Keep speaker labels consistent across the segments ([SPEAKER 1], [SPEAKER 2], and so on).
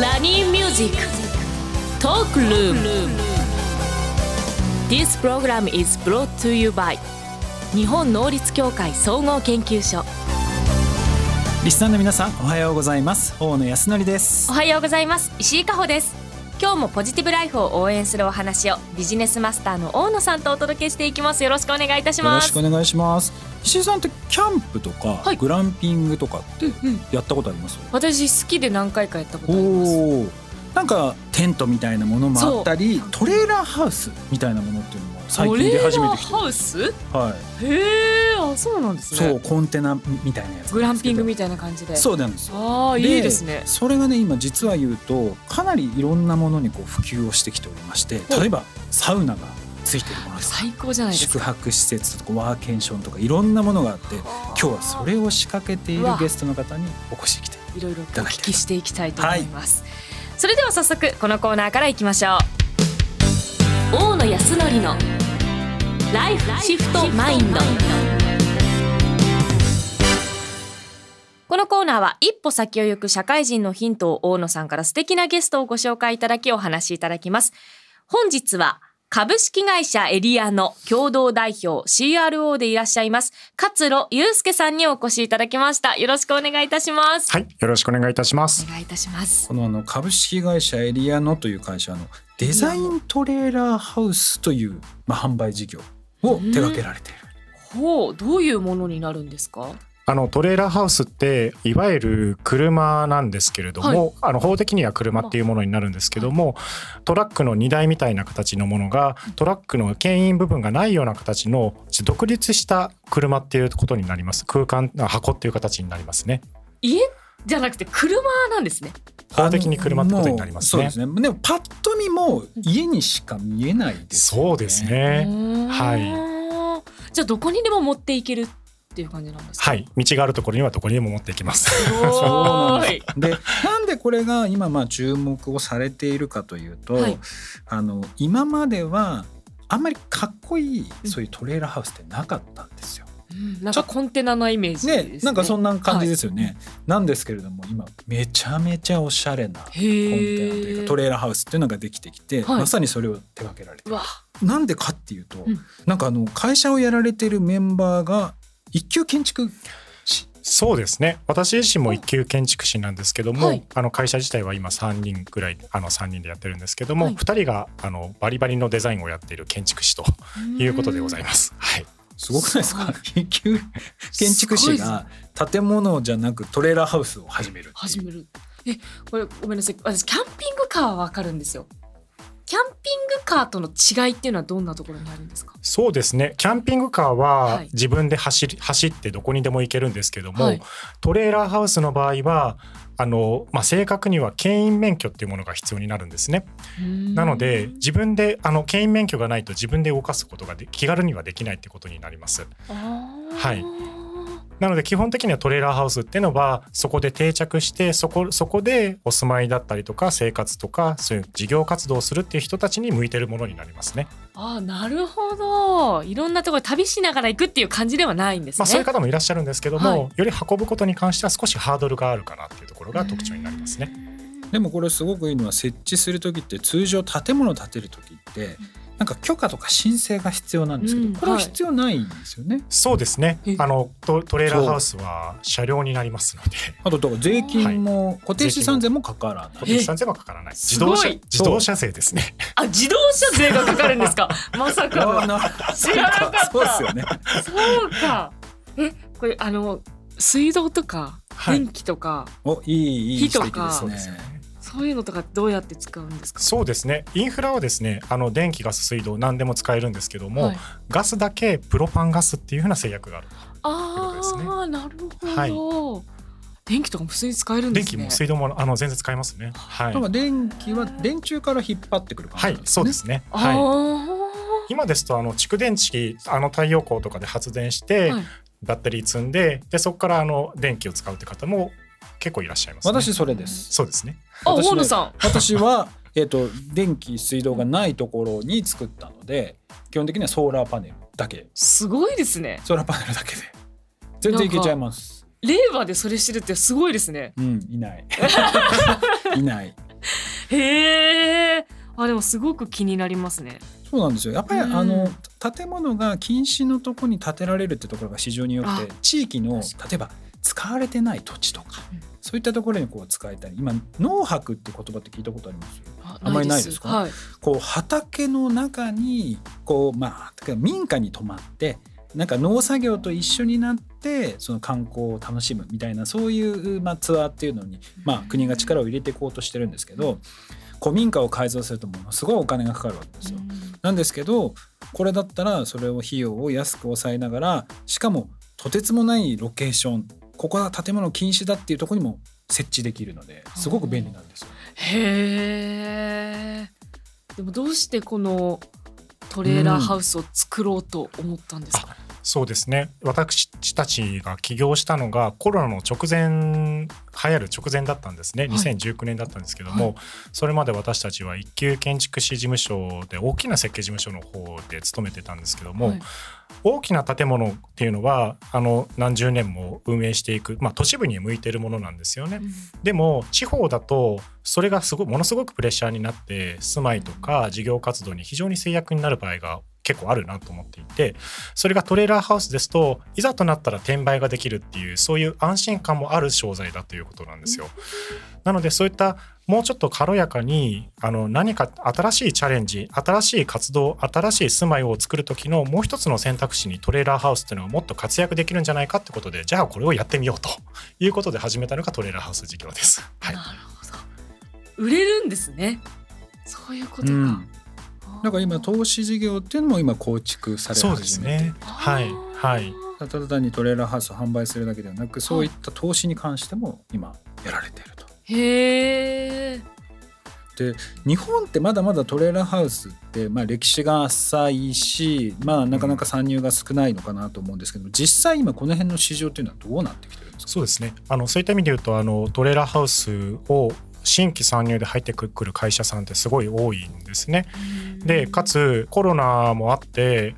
[SPEAKER 1] ラニーミュージックトークルーム This program is brought to you by 日本能律協会総合研究所
[SPEAKER 2] リスナーの皆さんおはようございます大野康則です
[SPEAKER 1] おはようございます石井加穂です今日もポジティブライフを応援するお話をビジネスマスターの大野さんとお届けしていきますよろしくお願いいたし
[SPEAKER 2] よろ
[SPEAKER 1] ま
[SPEAKER 2] し
[SPEAKER 1] す
[SPEAKER 2] くお願いします石井さんってキャンプとか、
[SPEAKER 1] はい
[SPEAKER 2] グランピングとかって
[SPEAKER 1] うん
[SPEAKER 2] やったことあります、
[SPEAKER 1] 私好きで何回かやったことあります
[SPEAKER 2] おおなんかテントみたいなものもあったり
[SPEAKER 1] そう
[SPEAKER 2] トレーラーハウスみたいなものっていうのも最近出始めてきて
[SPEAKER 1] トレーラーハウス
[SPEAKER 2] はい
[SPEAKER 1] へえあそうなんですね
[SPEAKER 2] そうコンテナみたいなやつ
[SPEAKER 1] グランピングみ
[SPEAKER 2] た
[SPEAKER 1] たいな感じで
[SPEAKER 2] そうなんですよ
[SPEAKER 1] ああいいですね
[SPEAKER 2] それがね今実は言うとかなりいろんなものにこう普及をしてきておりまして
[SPEAKER 1] お
[SPEAKER 2] 例えばサウナがついてるものです
[SPEAKER 1] 最高じゃないです
[SPEAKER 2] 宿
[SPEAKER 1] か
[SPEAKER 2] 泊施設とかワーケーションとかいろんなものがあって今日はそれを仕掛けていう
[SPEAKER 1] わ
[SPEAKER 2] るゲストの方にお越しきて
[SPEAKER 1] いろいろお
[SPEAKER 2] ただき
[SPEAKER 1] 聞
[SPEAKER 2] たい
[SPEAKER 1] きしていきたいと思います、それでは早速このコーナーからいきましょう大野康則のライフシフトマインドこのコーナーは一歩先を行く社会人のヒントを大野さんから素敵なゲストをご紹介いただきお話しいただきます本日は株式会社エリアの共同代表 CRO でいらっしゃいます勝呂祐介さんにお越しいただきましたよろしくお願いいたします
[SPEAKER 3] はい、よろしくお願いいたします
[SPEAKER 1] お。願いいたします。
[SPEAKER 2] このあの株式会社エリアノという会社のデザイントレーラーハウスという、まあ、販売事業を手掛けられている。
[SPEAKER 1] ほう、どういうものになるんですか。
[SPEAKER 3] あのトレーラーハウスっていわゆる車なんですけれども、あの法的には車っていうものになるんですけども、トラックの荷台みたいな形のものがトラックの牽引部分がないような形の独立した車っていうことになります。空間あ箱っていう形になりますね。
[SPEAKER 1] 家じゃなくて車なんですね。
[SPEAKER 3] 法的に車ってことになります
[SPEAKER 2] あのもう
[SPEAKER 3] ね。
[SPEAKER 2] そうですね。でもパッと見もう家にしか見えないですよね。
[SPEAKER 3] そうです
[SPEAKER 1] う
[SPEAKER 3] ね。
[SPEAKER 1] ーん
[SPEAKER 3] は
[SPEAKER 1] じゃあどこにでも持っていけるっていう感じなんですか。
[SPEAKER 3] は。い、道があるところにはどこにでも持っていきます。
[SPEAKER 1] すごーい。
[SPEAKER 2] でなんでこれが今まあ注目をされているかというと、
[SPEAKER 1] はい
[SPEAKER 2] あの今まではあんまりかっこいい
[SPEAKER 1] うん
[SPEAKER 2] そういうトレーラーハウスってなかったんですよ。
[SPEAKER 1] うんなんかコンテナのイメージですね。。
[SPEAKER 2] ね、なんかそんな感じですすよね。なんですけれども今めちゃめちゃおしゃれなコンテ
[SPEAKER 1] へ
[SPEAKER 2] ナという
[SPEAKER 1] え。
[SPEAKER 2] かトレーラーハウスっていうのができてきて、
[SPEAKER 1] はい
[SPEAKER 2] まさにそれを手掛けられて
[SPEAKER 1] うわ、
[SPEAKER 2] るなんでかっていうと、
[SPEAKER 1] うん
[SPEAKER 2] なんかあの会社をやられてるメンバーが一級建築士
[SPEAKER 3] そうですね私自身も一級建築士なんですけども、
[SPEAKER 1] はい
[SPEAKER 3] あの会社自体は今3人ぐらいあの3人でやってるんですけども、
[SPEAKER 1] はい
[SPEAKER 3] 2人があのバリバリのデザインをやっている建築士ということでござい
[SPEAKER 1] ま
[SPEAKER 3] ます。はい、
[SPEAKER 2] すごくないです
[SPEAKER 1] すご
[SPEAKER 2] か一級建築士が建物じゃなくトレーラーハウスを始めるっていう
[SPEAKER 1] 始める。え、これごめんなさい。私キャンピングカーはわかるんですよ。キャンピングカーとの違いっていうのはどんなところにあるんですか。
[SPEAKER 3] そうですねキャンピングカー
[SPEAKER 1] は
[SPEAKER 3] はい自分で走り走ってどこにでも行けるんですけども、
[SPEAKER 1] はい
[SPEAKER 3] トレーラーハウスの場合はあの、まあ、正確には牽引免許っていうものが必要になるんですね。な
[SPEAKER 1] な
[SPEAKER 3] ので自分であの牽引免許がないと自分で動かすことがで気軽にはできないってことになります。
[SPEAKER 1] は
[SPEAKER 3] はいなので基本的にはトレーラーハウスっていうのはそこで定着してそこそこでお住まいだったりとか生活とかそういう事業活動をするっていう人たちに向いてるものになりますね。
[SPEAKER 1] あなるほどいろんなところ旅しながら行くっていう感じではないんですね。
[SPEAKER 3] まあ、そういう方もいらっしゃるんですけども、
[SPEAKER 1] はい
[SPEAKER 3] より運ぶことに関しては少しハードルがあるかなっていうところが特徴になりますね。
[SPEAKER 2] でもこれすごくいいのは設置する時って通常建物を建てる時ってなんか許可とか申請が必要なんですけど、
[SPEAKER 1] うん
[SPEAKER 2] これは必要ないんですよね。
[SPEAKER 3] そうですね
[SPEAKER 1] え
[SPEAKER 3] あのトトレーラーハウスは車両になりますので
[SPEAKER 2] あとだから税金も固定資産税もかからな
[SPEAKER 3] 固
[SPEAKER 2] い。
[SPEAKER 3] 定資産税はかからない
[SPEAKER 1] す
[SPEAKER 3] 自
[SPEAKER 1] ごい
[SPEAKER 3] 動車自動車税ですね。
[SPEAKER 1] あ自動車税がかかるんです かまさか
[SPEAKER 2] あ
[SPEAKER 1] の
[SPEAKER 2] ーな
[SPEAKER 1] 知らなかった
[SPEAKER 2] そうですよね。
[SPEAKER 1] そうかえこれあの水道とか
[SPEAKER 3] はい
[SPEAKER 1] 電気とか、
[SPEAKER 2] おいいいい指
[SPEAKER 1] 火とか
[SPEAKER 2] 摘
[SPEAKER 3] そう
[SPEAKER 2] で
[SPEAKER 3] ですすよ
[SPEAKER 2] ね
[SPEAKER 3] ね。
[SPEAKER 1] そういうのとかどうやって使うんですか
[SPEAKER 3] そうですねインフラはですねあの電気ガス水道何でも使えるんですけども、
[SPEAKER 1] はい
[SPEAKER 3] ガスだけプロパンガスっていうふうな制約がある
[SPEAKER 1] あ
[SPEAKER 3] ってことですね
[SPEAKER 1] ーなるほど、電気とかも普通に使えるんです
[SPEAKER 3] 電
[SPEAKER 1] ね
[SPEAKER 3] 気も水道もあの全然使えますねは
[SPEAKER 2] だ
[SPEAKER 3] い
[SPEAKER 2] から電気は電柱から引っ張ってくる感じ
[SPEAKER 3] は
[SPEAKER 2] なん
[SPEAKER 3] い
[SPEAKER 2] ですね。
[SPEAKER 3] そうですね
[SPEAKER 1] あ
[SPEAKER 3] はい
[SPEAKER 1] ー
[SPEAKER 3] 今ですとあの蓄電池あの太陽光とかで発電して、
[SPEAKER 1] はい
[SPEAKER 3] バッテリー積んででそこからあの電気を使うって方も結構いらっしゃいます、ね、
[SPEAKER 2] 私それです。
[SPEAKER 3] そうですね
[SPEAKER 1] あ
[SPEAKER 2] 私ね
[SPEAKER 1] 大野さん
[SPEAKER 2] 私は えっと電気水道がないところに作ったので基本的にはソーラーパネルだけ
[SPEAKER 1] すごいですね
[SPEAKER 2] ソーラーパネルだけで全然いけちゃいます。
[SPEAKER 1] 令和でそれ知るってすごいですね
[SPEAKER 2] うんいないいない
[SPEAKER 1] へえ。あでもすごく気になりますね。
[SPEAKER 2] そうなんですよやっぱり、
[SPEAKER 1] うん
[SPEAKER 2] あの建物が禁止のとこに建てられるってところが非常によくて地域の例
[SPEAKER 1] 確
[SPEAKER 2] えば使われてない土地とか、
[SPEAKER 1] うん
[SPEAKER 2] そういったところにこう使えたり今農泊って言葉って聞いたことあります
[SPEAKER 1] あ
[SPEAKER 2] あんまりないですか
[SPEAKER 1] はい。
[SPEAKER 2] こう畑の中にこうまあ民家に泊まってなんか農作業と一緒になってその観光を楽しむみたいなそういう、まあ、ツアーっていうのに、まあ、国が力を入れていこうとしてるんですけど古民家を改造するとものすごいお金がかかるわけですよ。なんですけどこれだったらそれを費用を安く抑えながらしかもとてつもないロケーションここは建物禁止だっていうところにも設置できるのですごく便利なんですよ。
[SPEAKER 1] へえ。でもどうしてこのトレーラーハウスを作ろうと思ったんですか。
[SPEAKER 3] そうですね私たちが起業したのがコロナの直前流行る直前だったんですね
[SPEAKER 1] い
[SPEAKER 3] 2019年だったんですけども、
[SPEAKER 1] は
[SPEAKER 3] それまで私たちは一級建築士事務所で大きな設計事務所の方で勤めてたんですけども、
[SPEAKER 1] はい
[SPEAKER 3] 大きな建物っていうのはあの何十年も運営していく、まあ、都市部に向いてるものなんですよね。でも地方だとそれがすごいものすごくプレッシャーになって住まいとか事業活動に非常に制約になる場合が結構あるなと思っていてそれがトレーラーハウスですといざとなったら転売ができるっていうそういう安心感もある商材だということなんですよ。なのでそういったもうちょっと軽やかにあの何か新しいチャレンジ新しい活動新しい住まいを作る時のもう一つの選択肢にトレーラーハウスっていうのはもっと活躍できるんじゃないかってことでじゃあこれをやってみようということで始めたのがトレーラーハウス事業です。はい
[SPEAKER 1] なるほど。売れるんですね。そういうことか。
[SPEAKER 2] うんだから今
[SPEAKER 1] と
[SPEAKER 2] 投資事業っていうのも今構築され
[SPEAKER 3] そうで
[SPEAKER 2] 始
[SPEAKER 3] す
[SPEAKER 2] めて
[SPEAKER 3] ね。はいはい。
[SPEAKER 2] ただ単にトレーラーハウスを販売するだけではなくそういった投資に関しても今やられていると。
[SPEAKER 1] へえ。
[SPEAKER 2] 日本ってまだまだトレーラーハウスって、まあ、歴史が浅いし、まあ、なかなか参入が少ないのかなと思うんですけど実際今この辺の市場っていうのはどうなってきてるんですか
[SPEAKER 3] そうですねあのそういった意味で言うとあのトレーラーハウスを新規参入で入ってくる会社さんってすごい多いんですね。でかつコロナもあって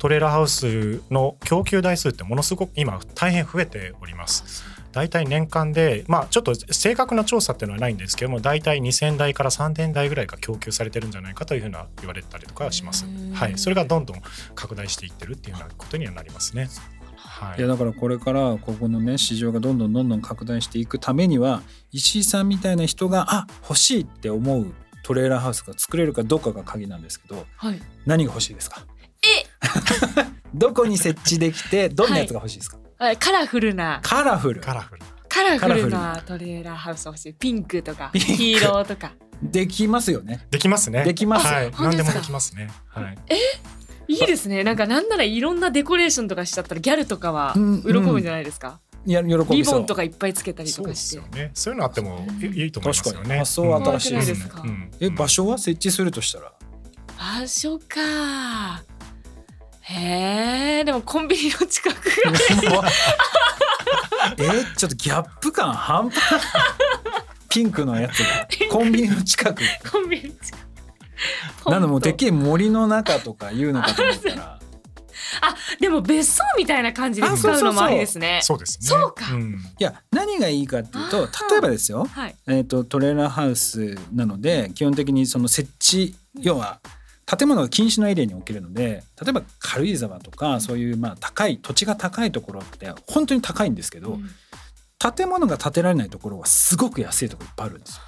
[SPEAKER 3] トレーラーハウスの供給台数ってものすごく今大変増えております。大体年間で、まあ、ちょっと正確な調査っていうのはないんですけども大体2000台から3000台ぐらいが供給されてるんじゃないかというふうな言われたりとかはします
[SPEAKER 1] へー。
[SPEAKER 3] はい、それがどんどん拡大していってるっていうようなことにはなりますね。はい
[SPEAKER 2] いやだからこれからここのね市場がどんどんどんどん拡大していくためには石井さんみたいな人があ欲しいって思うトレーラーハウスが作れるかどうかが鍵なんですけど
[SPEAKER 1] はい。
[SPEAKER 2] 何が欲しいですか
[SPEAKER 1] え
[SPEAKER 2] どこに設置できてどんなやつが欲しいですか、
[SPEAKER 1] あカラフルな
[SPEAKER 2] カラフル
[SPEAKER 3] カラフル
[SPEAKER 1] カラフル
[SPEAKER 2] カ
[SPEAKER 1] なトレーラーハウス欲しいピンクとか
[SPEAKER 2] ピンク
[SPEAKER 1] 黄色とか
[SPEAKER 2] できますよね
[SPEAKER 3] できますね。
[SPEAKER 2] できます
[SPEAKER 3] はい、
[SPEAKER 1] 本当
[SPEAKER 3] 何
[SPEAKER 1] で
[SPEAKER 3] です
[SPEAKER 1] か
[SPEAKER 3] もできますね。はい。
[SPEAKER 1] いいですねなんかなんならいろんなデコレーションとかしちゃったらギャルとかは
[SPEAKER 2] うんうん
[SPEAKER 1] 喜ぶんじゃないですか、
[SPEAKER 2] いや喜びそう
[SPEAKER 1] リボンとかいっぱいつけたりと
[SPEAKER 3] そう
[SPEAKER 1] か
[SPEAKER 3] で
[SPEAKER 1] し
[SPEAKER 3] す
[SPEAKER 1] て
[SPEAKER 3] よね。そういうのあってもいいいいと思いますよ
[SPEAKER 2] 確かに
[SPEAKER 3] ね。
[SPEAKER 2] 発想は
[SPEAKER 1] 新しいですね怖くないですか
[SPEAKER 2] え場所は設置するとしたら
[SPEAKER 1] 場所かへえでもコンビニの近くが
[SPEAKER 2] えーちょっとギャップ感半端ない ピンクのやつ がコンビニの近く
[SPEAKER 1] コンビニの近くポンと
[SPEAKER 2] なのもうでっけえ森の中とかいうのかと思ったら
[SPEAKER 1] でも別荘みたいな感じで使うのもありですね
[SPEAKER 3] そうですね。
[SPEAKER 1] そうか
[SPEAKER 3] ん
[SPEAKER 2] いや何がいいかっていう
[SPEAKER 1] あ
[SPEAKER 2] と
[SPEAKER 1] ー
[SPEAKER 2] 例えばですよ、
[SPEAKER 1] はい
[SPEAKER 2] えー、とトレーラーハウスなので基本的にその設置要は建物が禁止のエリアに置けるので例えば軽井沢とかそういうまあ高い土地が高いところって本当に高いんですけど、
[SPEAKER 1] うん
[SPEAKER 2] 建物が建てられないところはすごく安いところいっぱいあるんですよ。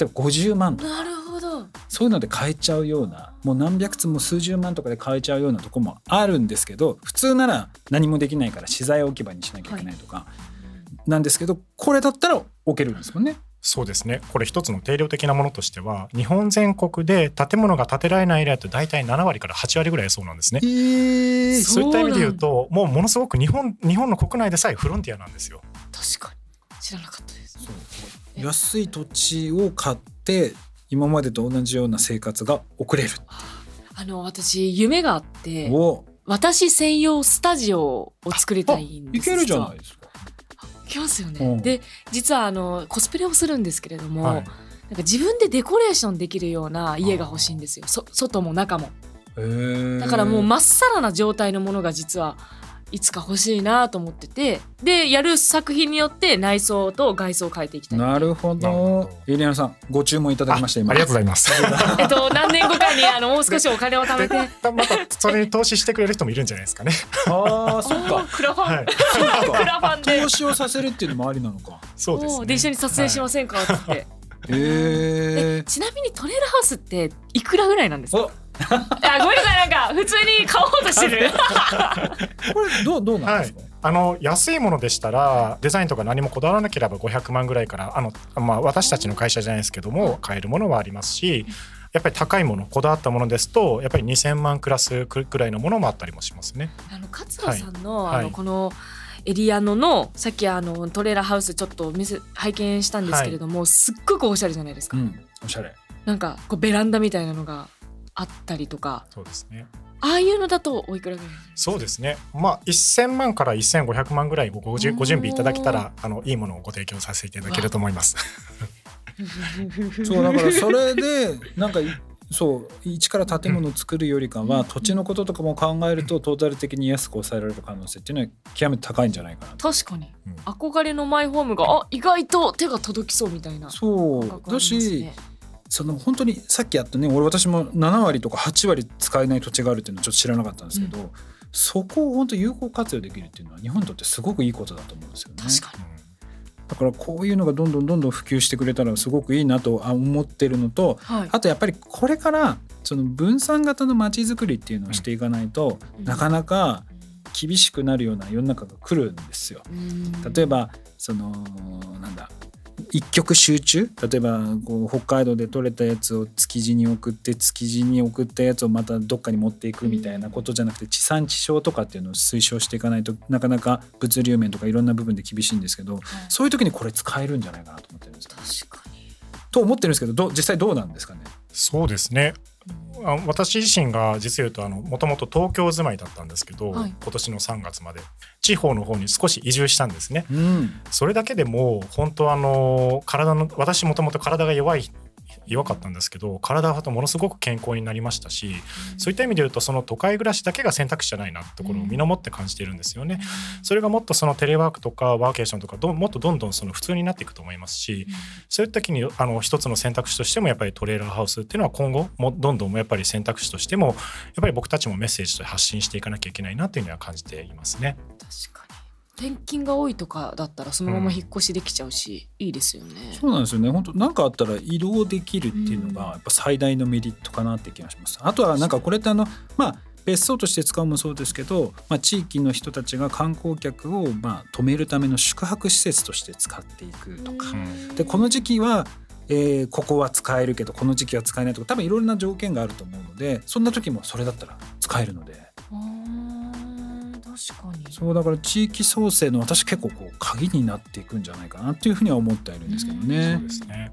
[SPEAKER 2] 例えば50万とか
[SPEAKER 1] なるほど
[SPEAKER 2] そういうので買えちゃうようなもう何百つも数十万とかで買えちゃうようなとこもあるんですけど普通なら何もできないから資材置き場にしなきゃいけないとか、なんですけどこれだったら置けるんですもんね。
[SPEAKER 3] そうですねこれ一つの定量的なものとしては日本全国で建物が建てられないエリアって大体7割から8割ぐらいそうなんですね
[SPEAKER 2] え。ー
[SPEAKER 1] そ
[SPEAKER 3] そういった意味で
[SPEAKER 1] そう
[SPEAKER 3] 言
[SPEAKER 1] なん
[SPEAKER 3] うともうものすごく日本日本の国内でさえフロンティアなんですよ。
[SPEAKER 1] 確かに知らなかったです
[SPEAKER 2] そう安い土地を買って今までと同じような生活が送れる
[SPEAKER 1] あの私夢があって
[SPEAKER 2] お
[SPEAKER 1] 私専用スタジオを作りたいんで
[SPEAKER 2] い
[SPEAKER 1] す
[SPEAKER 2] けるじゃないいですか。
[SPEAKER 1] いけますよね、
[SPEAKER 2] うん
[SPEAKER 1] で実はあのコスプレをするんですけれども、
[SPEAKER 3] は
[SPEAKER 1] なん
[SPEAKER 3] い
[SPEAKER 1] か自分でデコレーションできるような家が欲しいんですよそ外も中も
[SPEAKER 2] へー
[SPEAKER 1] だからもうまっさらな状態のものが実はいつか欲しいなと思っててでやる作品によって内装と外装を変えていきたい
[SPEAKER 2] なるほ
[SPEAKER 3] なるほ
[SPEAKER 2] ど
[SPEAKER 3] ど。
[SPEAKER 2] エリアナさん、ご注文いただきました。今
[SPEAKER 3] ありがとうございま す。
[SPEAKER 1] えっと何年後かにあ のもう少しお金を貯め
[SPEAKER 3] で
[SPEAKER 1] て
[SPEAKER 3] またそれに投資してくれる人もいるんじゃないですかね。
[SPEAKER 2] ああ、そっ
[SPEAKER 1] お
[SPEAKER 2] か
[SPEAKER 1] ー。クラファ
[SPEAKER 3] は
[SPEAKER 1] ン
[SPEAKER 3] い、
[SPEAKER 1] クラファンで
[SPEAKER 2] 投資をさせるっていうのもありなのか。
[SPEAKER 3] そうです、
[SPEAKER 1] おー
[SPEAKER 3] ね。
[SPEAKER 1] で一緒に撮影しま
[SPEAKER 3] はい
[SPEAKER 1] せんかっつって、
[SPEAKER 2] え
[SPEAKER 1] えちなみにトレーラーハウスっていくらぐらいなんですか
[SPEAKER 2] お、
[SPEAKER 1] あごめんなさいなんか普通に買おうとしてる
[SPEAKER 2] これどうどうなんですか。
[SPEAKER 3] あの安いものでしたらデザインとか何もこだわらなければ500万ぐらいからあの、まあ、私たちの会社じゃないですけども買えるものはありますしやっぱり高いものこだわったものですとやっぱり2,000万クラスくらいのものもあったりもしますね。
[SPEAKER 1] あの勝野さんの,、
[SPEAKER 3] はい
[SPEAKER 1] あ
[SPEAKER 3] は
[SPEAKER 1] の
[SPEAKER 3] い
[SPEAKER 1] このエリアののさっきあのトレーラーハウスちょっと見せ拝見したんですけれども、すっごくおしゃれじゃないです
[SPEAKER 2] う
[SPEAKER 1] か、
[SPEAKER 2] ん、おしゃれ。
[SPEAKER 1] なんかこうベランダみたいなのがあったりとか
[SPEAKER 3] そうですね
[SPEAKER 1] ああいうのだとおいくらぐらいなんですか
[SPEAKER 3] そうですね、まあ、1,000万から1,500万ぐらいごごじゅご準備いただけたらあのいいものをご提供させていただけると思います。
[SPEAKER 2] そう だからそれでなんかいそう一から建物を作るよりかは土地のこととかも考えるとトータル的に安く抑えられる可能性っていうのは極めて高いんじゃないかなと。
[SPEAKER 1] 確かに、
[SPEAKER 3] うん
[SPEAKER 1] 憧れのマイホームがあ意外と手が届きそうみたいな
[SPEAKER 2] そう
[SPEAKER 1] 感覚あり
[SPEAKER 2] だ
[SPEAKER 1] ます
[SPEAKER 2] し、
[SPEAKER 1] ね
[SPEAKER 2] その本当にさっきやったね俺私も7割とか8割使えない土地があるっていうのはちょっと知らなかったんですけど、そこを本当有効活用できるっていうのは日本にとってすごくいいことだと思うんですよね。
[SPEAKER 1] 確かに
[SPEAKER 2] だからこういうのがどんどんどんどん普及してくれたらすごくいいなとあ思ってるのと
[SPEAKER 1] はい
[SPEAKER 2] あとやっぱりこれからその分散型の街づくりっていうのをしていかないと、
[SPEAKER 1] うん
[SPEAKER 2] なかなか厳しくなるような世の中が来るんですよ。例えばそのなんだ一極集中例えばこう北海道で取れたやつを築地に送って築地に送ったやつをまたどっかに持っていくみたいなことじゃなくて地産地消とかっていうのを推奨していかないとなかなか物流面とかいろんな部分で厳しいんですけどそういう時にこれ使えるんじゃないかなと思ってるんですよ。
[SPEAKER 1] 確かに
[SPEAKER 2] と思ってるんですけどどう実際どうなんですかね
[SPEAKER 3] そうですねあ私自身が実を言うともともと東京住まいだったんですけど、
[SPEAKER 1] はい
[SPEAKER 3] 今年の3月まで地方の方に少し移住したんですね
[SPEAKER 2] うん
[SPEAKER 3] それだけでも本当あの体の私もともと体が弱い弱かったんですけど体はものすごく健康になりましたしそういった意味で言うとその都会暮らしだけが選択肢じゃないなってところを身のもって感じているんですよね。それがもっとそのテレワークとかワーケーションとかどもっとどんどんその普通になっていくと思いますし、そういった時にあの一つの選択肢としてもやっぱりトレーラーハウスっていうのは今後もどんどんやっぱり選択肢としてもやっぱり僕たちもメッセージとして発信していかなきゃいけないなっていうのは感じていますね。
[SPEAKER 1] 確かに転勤が多いとかだったらそのまま引っ越しできちゃうし、いいですよね
[SPEAKER 2] そうなんですよね本当なんかあったら移動できるっていうのがやっぱ最大のメリットかなって気がします。あとはなんかこれってあのまあ別荘として使うもそうですけど、まあ、地域の人たちが観光客をまあ止めるための宿泊施設として使っていくとか。
[SPEAKER 1] うん
[SPEAKER 2] でこの時期はえーここは使えるけどこの時期は使えないとか多分いろいろな条件があると思うのでそんな時もそれだったら使えるので
[SPEAKER 1] あー確かに
[SPEAKER 2] そうだから地域創生の私結構こう鍵になっていくんじゃないかなっていうふうには思ってはいるんですけどね。
[SPEAKER 3] そうですね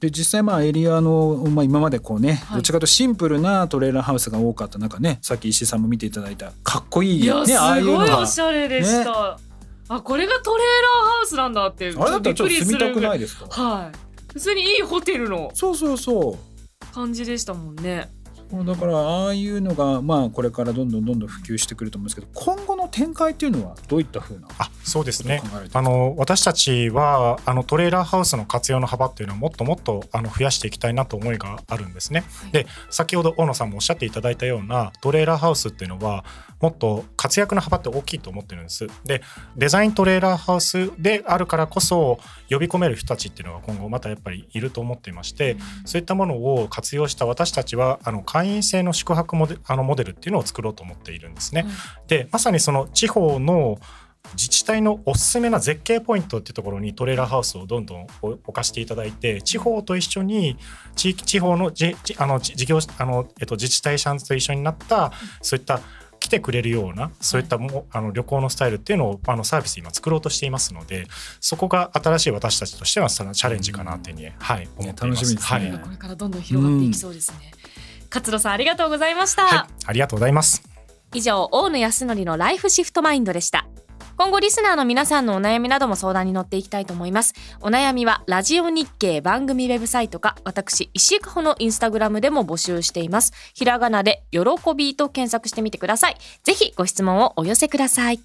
[SPEAKER 2] で実際まあエリアの、まあ、今までこうね、
[SPEAKER 1] はい
[SPEAKER 2] どっちかというとシンプルなトレーラーハウスが多かった中ねさっき石井さんも見ていただいたかっこいい
[SPEAKER 1] いや、
[SPEAKER 2] ねああ
[SPEAKER 1] す
[SPEAKER 2] うの
[SPEAKER 1] ごい
[SPEAKER 2] が
[SPEAKER 1] おしゃれでした、あこれがトレーラーハウスなんだって
[SPEAKER 2] あれだった
[SPEAKER 1] び
[SPEAKER 2] ら
[SPEAKER 1] っ
[SPEAKER 2] ちょ
[SPEAKER 1] く
[SPEAKER 2] っと
[SPEAKER 1] りす
[SPEAKER 2] 住みた
[SPEAKER 1] る
[SPEAKER 2] く
[SPEAKER 1] ぐら
[SPEAKER 2] ないいですか
[SPEAKER 1] はい普通にいいホテルの
[SPEAKER 2] そうそうそう
[SPEAKER 1] 感じでしたもんね
[SPEAKER 2] そうだからああいうのがまあこれからどんどんどんどん普及してくると思うんですけど今後の展開っていうのはどういったふうな
[SPEAKER 3] あそうです
[SPEAKER 2] ことを
[SPEAKER 3] ね
[SPEAKER 2] 考えられて
[SPEAKER 3] あ
[SPEAKER 2] る
[SPEAKER 3] の私たちはあのトレーラーハウスの活用の幅っていうのをもっともっとあの増やしていきたいなと思いがあるんですね。
[SPEAKER 1] い
[SPEAKER 3] で先ほど大野さんもおっしゃっていただいたようなトレーラーハウスっていうのはもっと活躍の幅って大きいと思ってるんです。でデザイントレーラーハウスであるからこそ呼び込める人たちっていうのが今後またやっぱりいると思っていましてそういったものを活用した私たちはあの会員制の宿泊モデあのモデルっていうのを作ろうと思っているんですね。でまさにその地方の自治体のおすすめな絶景ポイントっていうところにトレーラーハウスをどんどん置置かしていただいて地方と一緒に地域地方のじじあのじ事業あの、えっと、自治体さんと一緒になったそういった来てくれるようなそういったもう、あの旅行のスタイルっていうのをあのサービス今作ろうとしていますのでそこが新しい私たちとしてはそのチャレンジかなっていうふうに、はい、思ってい
[SPEAKER 2] 楽
[SPEAKER 3] ます
[SPEAKER 2] しみですね
[SPEAKER 3] はい
[SPEAKER 1] これからどんどん広がっていきそうですね、勝野さんありがとうございました、
[SPEAKER 3] はい、ありがとうございます。
[SPEAKER 1] 以上大野康則のライフシフトマインドでした今後リスナーの皆さんのお悩みなども相談に乗っていきたいと思いますお悩みはラジオ日経番組ウェブサイトか私石井加穂のインスタグラムでも募集していますひらがなで喜びと検索してみてくださいぜひご質問をお寄せください